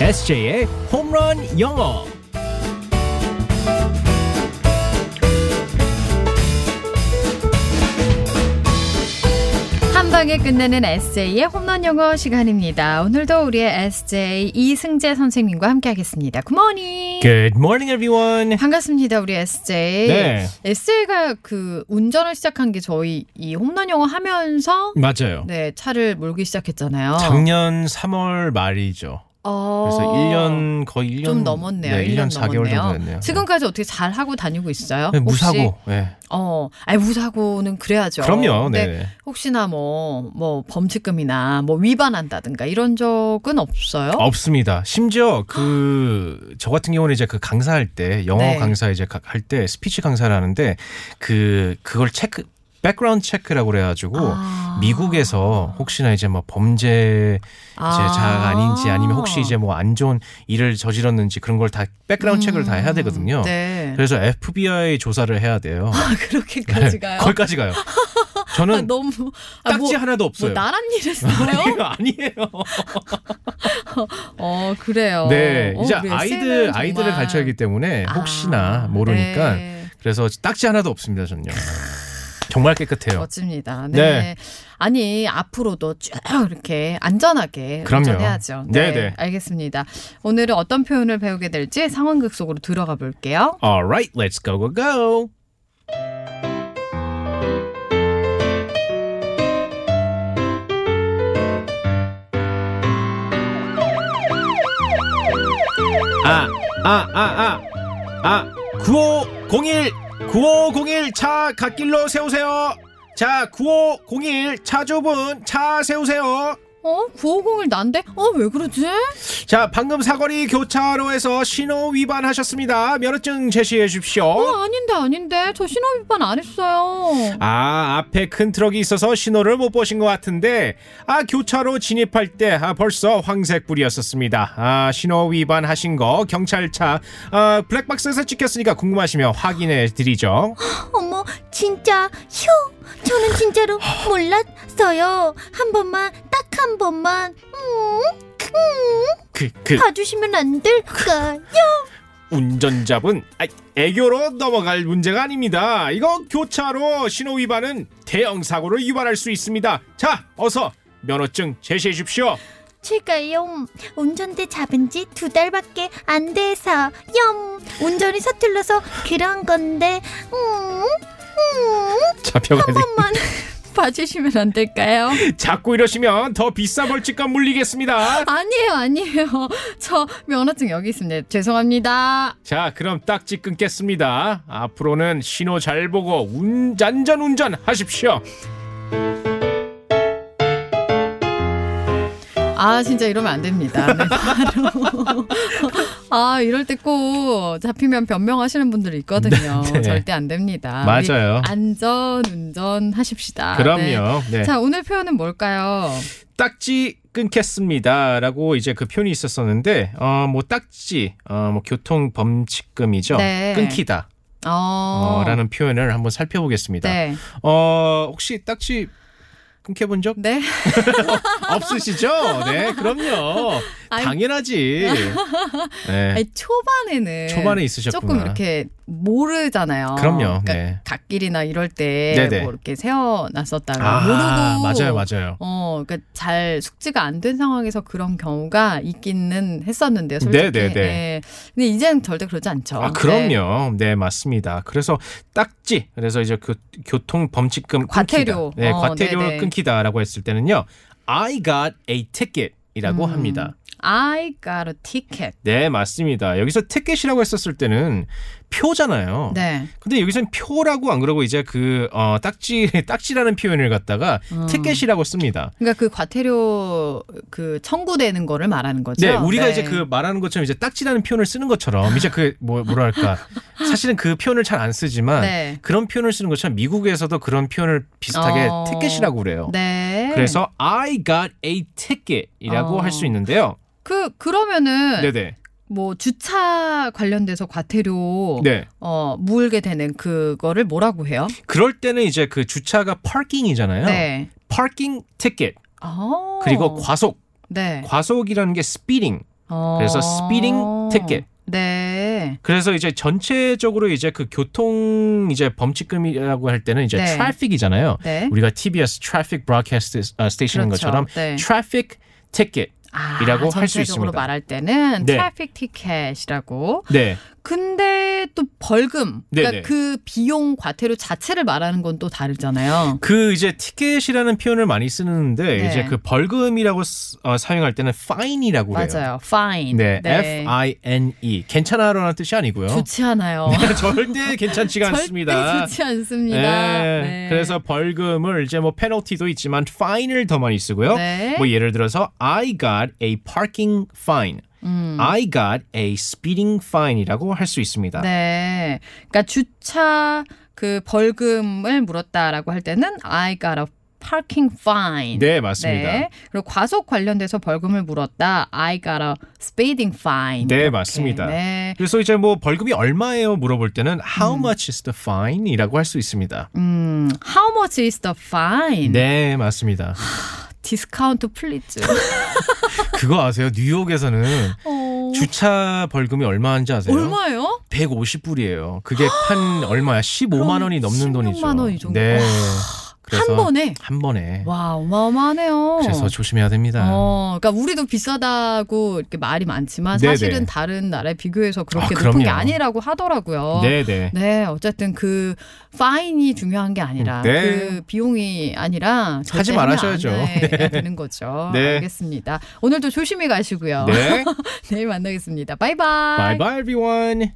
SJ의 홈런 영어. 한 방에 끝내는 에세이의 홈런 영어 시간입니다. 오늘도 우리의 에세이 이승재 선생님과 함께하겠습니다. 굿모닝. Good morning, everyone. 반갑습니다, 우리 에세이. 네. 에세이가 그 운전을 시작한 게 저희 이 홈런 영어 하면서 맞아요. 네 차를 몰기 시작했잖아요. 작년 3월 말이죠. 어. 그래서 1년 거의 1년 좀 넘었네요. 네, 1년, 4개월 넘었네요. 정도 됐네요. 지금까지 어떻게 잘 하고 다니고 있어요? 네, 혹시? 무사고. 네. 어, 아니 무사고는 그래야죠. 그럼요. 근데 네. 혹시나 뭐 뭐 범칙금이나 뭐 위반한다든가 이런 적은 없어요? 아. 없습니다. 심지어 그 저 같은 경우는 이제 그 강사할 때 영어 네. 강사 이제 할 때 스피치 강사를 하는데 그 그걸 체크 백그라운드 체크라고 그래가지고 아. 미국에서 혹시나 이제 뭐 범죄 이제 아. 자가 아닌지 아니면 혹시 이제 뭐 안 좋은 일을 저질렀는지 그런 걸 다 백그라운드 체크를 다 해야 되거든요. 음, 네. 아, 그래서 FBI 조사를 해야 돼요. 그렇게까지 가요. 거기까지 가요. 아, 저는 너무 아, 네. 딱지 뭐, 하나도 뭐 없어요. 네. 나란 일 했어요? 아니에요, 아니에요. 어, 그래요. 네, 어, 이제 우리 아이들 SNL 아이들을 정말. 가르쳐야 하기 때문에 혹시나 아, 모르니까 네. 그래서 딱지 하나도 없습니다 전요. 정말 깨끗해요. 멋집니다. 네. 네. 아니 앞으로도 쭉 이렇게 안전하게 그럼요. 운전해야죠. 네, 네네. 알겠습니다. 오늘은 어떤 표현을 배우게 될지 상황극 속으로 들어가 볼게요. Alright, let's go go go. 아, 아, 아, 아, 아, 9501, 9501 차 갓길로 세우세요. 자, 9501 차주분 차 세우세요. 어? 950을 난데? 어, 왜 그러지? 자, 방금 사거리 교차로에서 신호 위반하셨습니다. 면허증 제시해 어, 주십시오. 아닌데 아닌데. 저 신호 위반 안 했어요. 아, 앞에 큰 트럭이 있어서 신호를 못 보신 것 같은데, 아, 교차로 진입할 때, 아, 벌써 황색불이었었습니다. 아, 신호 위반하신 거, 경찰차, 아, 블랙박스에서 찍혔으니까 궁금하시면 확인해 드리죠. 어머 진짜 휴 저는 진짜로 몰랐어요 한 번만 딱 한 번만 음, 그, 그, 봐주시면 안 될까요 운전자분, 아, 애교로 넘어갈 문제가 아닙니다. 이거 교차로 신호 위반은 대형 사고를 유발할 수 있습니다. 자, 어서 면허증 제시해 주십시오. 제가 요 운전대 잡은 지 두 달밖에 안 돼서 요 운전이 서툴러서 그런 건데 음, 음음한 잡혀가야 돼. 번만 봐주시면 안 될까요? 자꾸 이러시면 더 비싼 벌칙감 물리겠습니다. 아니에요, 아니에요. 저 면허증 여기 있습니다. 죄송합니다. 자, 그럼 딱지 끊겠습니다. 앞으로는 신호 잘 보고 운, 안전 운전 하십시오. 아, 진짜 이러면 안 됩니다. 네, 바로. 아, 이럴 때 꼭 잡히면 변명하시는 분들이 있거든요. 네. 절대 안 됩니다. 우리 맞아요. 안전 운전 하십시다. 네. 그럼요. 네. 자, 오늘 표현은 뭘까요? 딱지 끊겠습니다라고 이제 그 표현이 있었었는데 어 뭐 딱지 어 뭐 교통 범칙금이죠. 네. 끊기다. 어. 어, 라는 표현을 한번 살펴보겠습니다. 네. 어 혹시 딱지 끊겨 본적 네. 없으시죠? 네, 그럼요. 아니. 당연하지. 네. 아니, 초반에는 초반에 있으셨구나. 조금 이렇게 모르잖아요. 그럼요. 그러니까 네. 갓길이나 이럴 때 네네. 뭐 이렇게 세워놨었다가 아, 모르고 맞아요, 맞아요. 어, 그러니까 잘 숙지가 안 된 상황에서 그런 경우가 있기는 했었는데요. 솔직히. 네네네. 예. 근데 이제는 절대 그러지 않죠. 아, 네. 그럼요. 네, 맞습니다. 그래서 딱지. 그래서 이제 교, 교통 범칙금 과태료. 끊기다. 네, 어, 과태료 네네. 끊기다라고 했을 때는요. I got a ticket이라고 음, 합니다. I got a ticket. 네, 맞습니다. 여기서 티켓이라고 했었을 때는 표잖아요. 네. 근데 여기서는 표라고 안 그러고 이제 그 어, 딱지 딱지라는 표현을 갖다가 음. 티켓이라고 씁니다. 그러니까 그 과태료 그 청구되는 거를 말하는 거죠. 네, 우리가 네. 이제 그 말하는 것처럼 이제 딱지라는 표현을 쓰는 것처럼 이제 그 뭐, 뭐랄까 사실은 그 표현을 잘 안 쓰지만 네. 그런 표현을 쓰는 것처럼 미국에서도 그런 표현을 비슷하게 어. 티켓이라고 그래요. 네. 그래서 I got a ticket이라고 어. 할 수 있는데요. 그 그러면은 네네. 뭐 주차 관련돼서 과태료 네. 어 물게 되는 그거를 뭐라고 해요? 그럴 때는 이제 그 주차가 parking이잖아요. 네. parking ticket 어. 그리고 과속. 네. 과속이라는 게 speeding. 어. 그래서 speeding ticket. 네. 그래서 이제 전체적으로 이제 그 교통 이제 범칙금이라고 할 때는 이제 네. 트래픽이잖아요. 네. 우리가 TBS 트래픽 브로드캐스트 스테이션인 그렇죠. 것처럼 네. 트래픽 티켓. 아, 이라고 할수 전체적으로 있습니다. 말할 때는 네. 트래픽 티켓이라고. 네. 근데 또 벌금. 네, 그러니까 네. 그 비용 과태료 자체를 말하는 건 또 다르잖아요. 그 이제 티켓이라는 표현을 많이 쓰는데 네. 이제 그 벌금이라고 쓰- 어, 사용할 때는 fine이라고 그래요. 맞아요. fine. 네, F I N E 괜찮아라는 뜻이 아니고요. 좋지 않아요. 네, 절대 괜찮지가 않습니다. 절대 좋지 않습니다. 네. 네. 그래서 벌금을 이제 뭐 페널티도 있지만 fine을 더 많이 쓰고요. 네. 뭐 예를 들어서 I got a parking fine. 음. I got a speeding fine이라고 할 수 있습니다. 네. 그러니까 주차 그 벌금을 물었다라고 할 때는 I got a parking fine. 네, 맞습니다. 네. 그리고 과속 관련돼서 벌금을 물었다. I got a speeding fine. 네, 이렇게. 맞습니다. 네. 그래서 이제 뭐 벌금이 얼마예요 물어볼 때는 how much is the fine이라고 할 수 있습니다. 음, how much is the fine? 네, 맞습니다. 디스카운트 플리즈. 그거 아세요? 뉴욕에서는 어, 주차 벌금이 얼마인지 아세요? 얼마예요? 150불이에요. 그게 판 얼마야? 15만 원이 넘는 16만 돈이죠. 원이 정도? 네. 와, 한 번에. 한 번에. 와, 어마어마하네요. 네. 그래서 조심해야 됩니다. 어, 그러니까 우리도 비싸다고 이렇게 말이 많지만 네네. 사실은 다른 나라에 비교해서 그렇게 아, 높은 게 그럼요. 아니라고 하더라고요. 네, 네. 네, 어쨌든 그 파인이 중요한 게 아니라 네. 그 비용이 아니라 절대 하지 하면 말아셔야죠. 안 네. 해야 되는 거죠. 네. 알겠습니다. 오늘도 조심히 가시고요. 네. 내일 만나겠습니다. Bye 바이바이. bye everyone.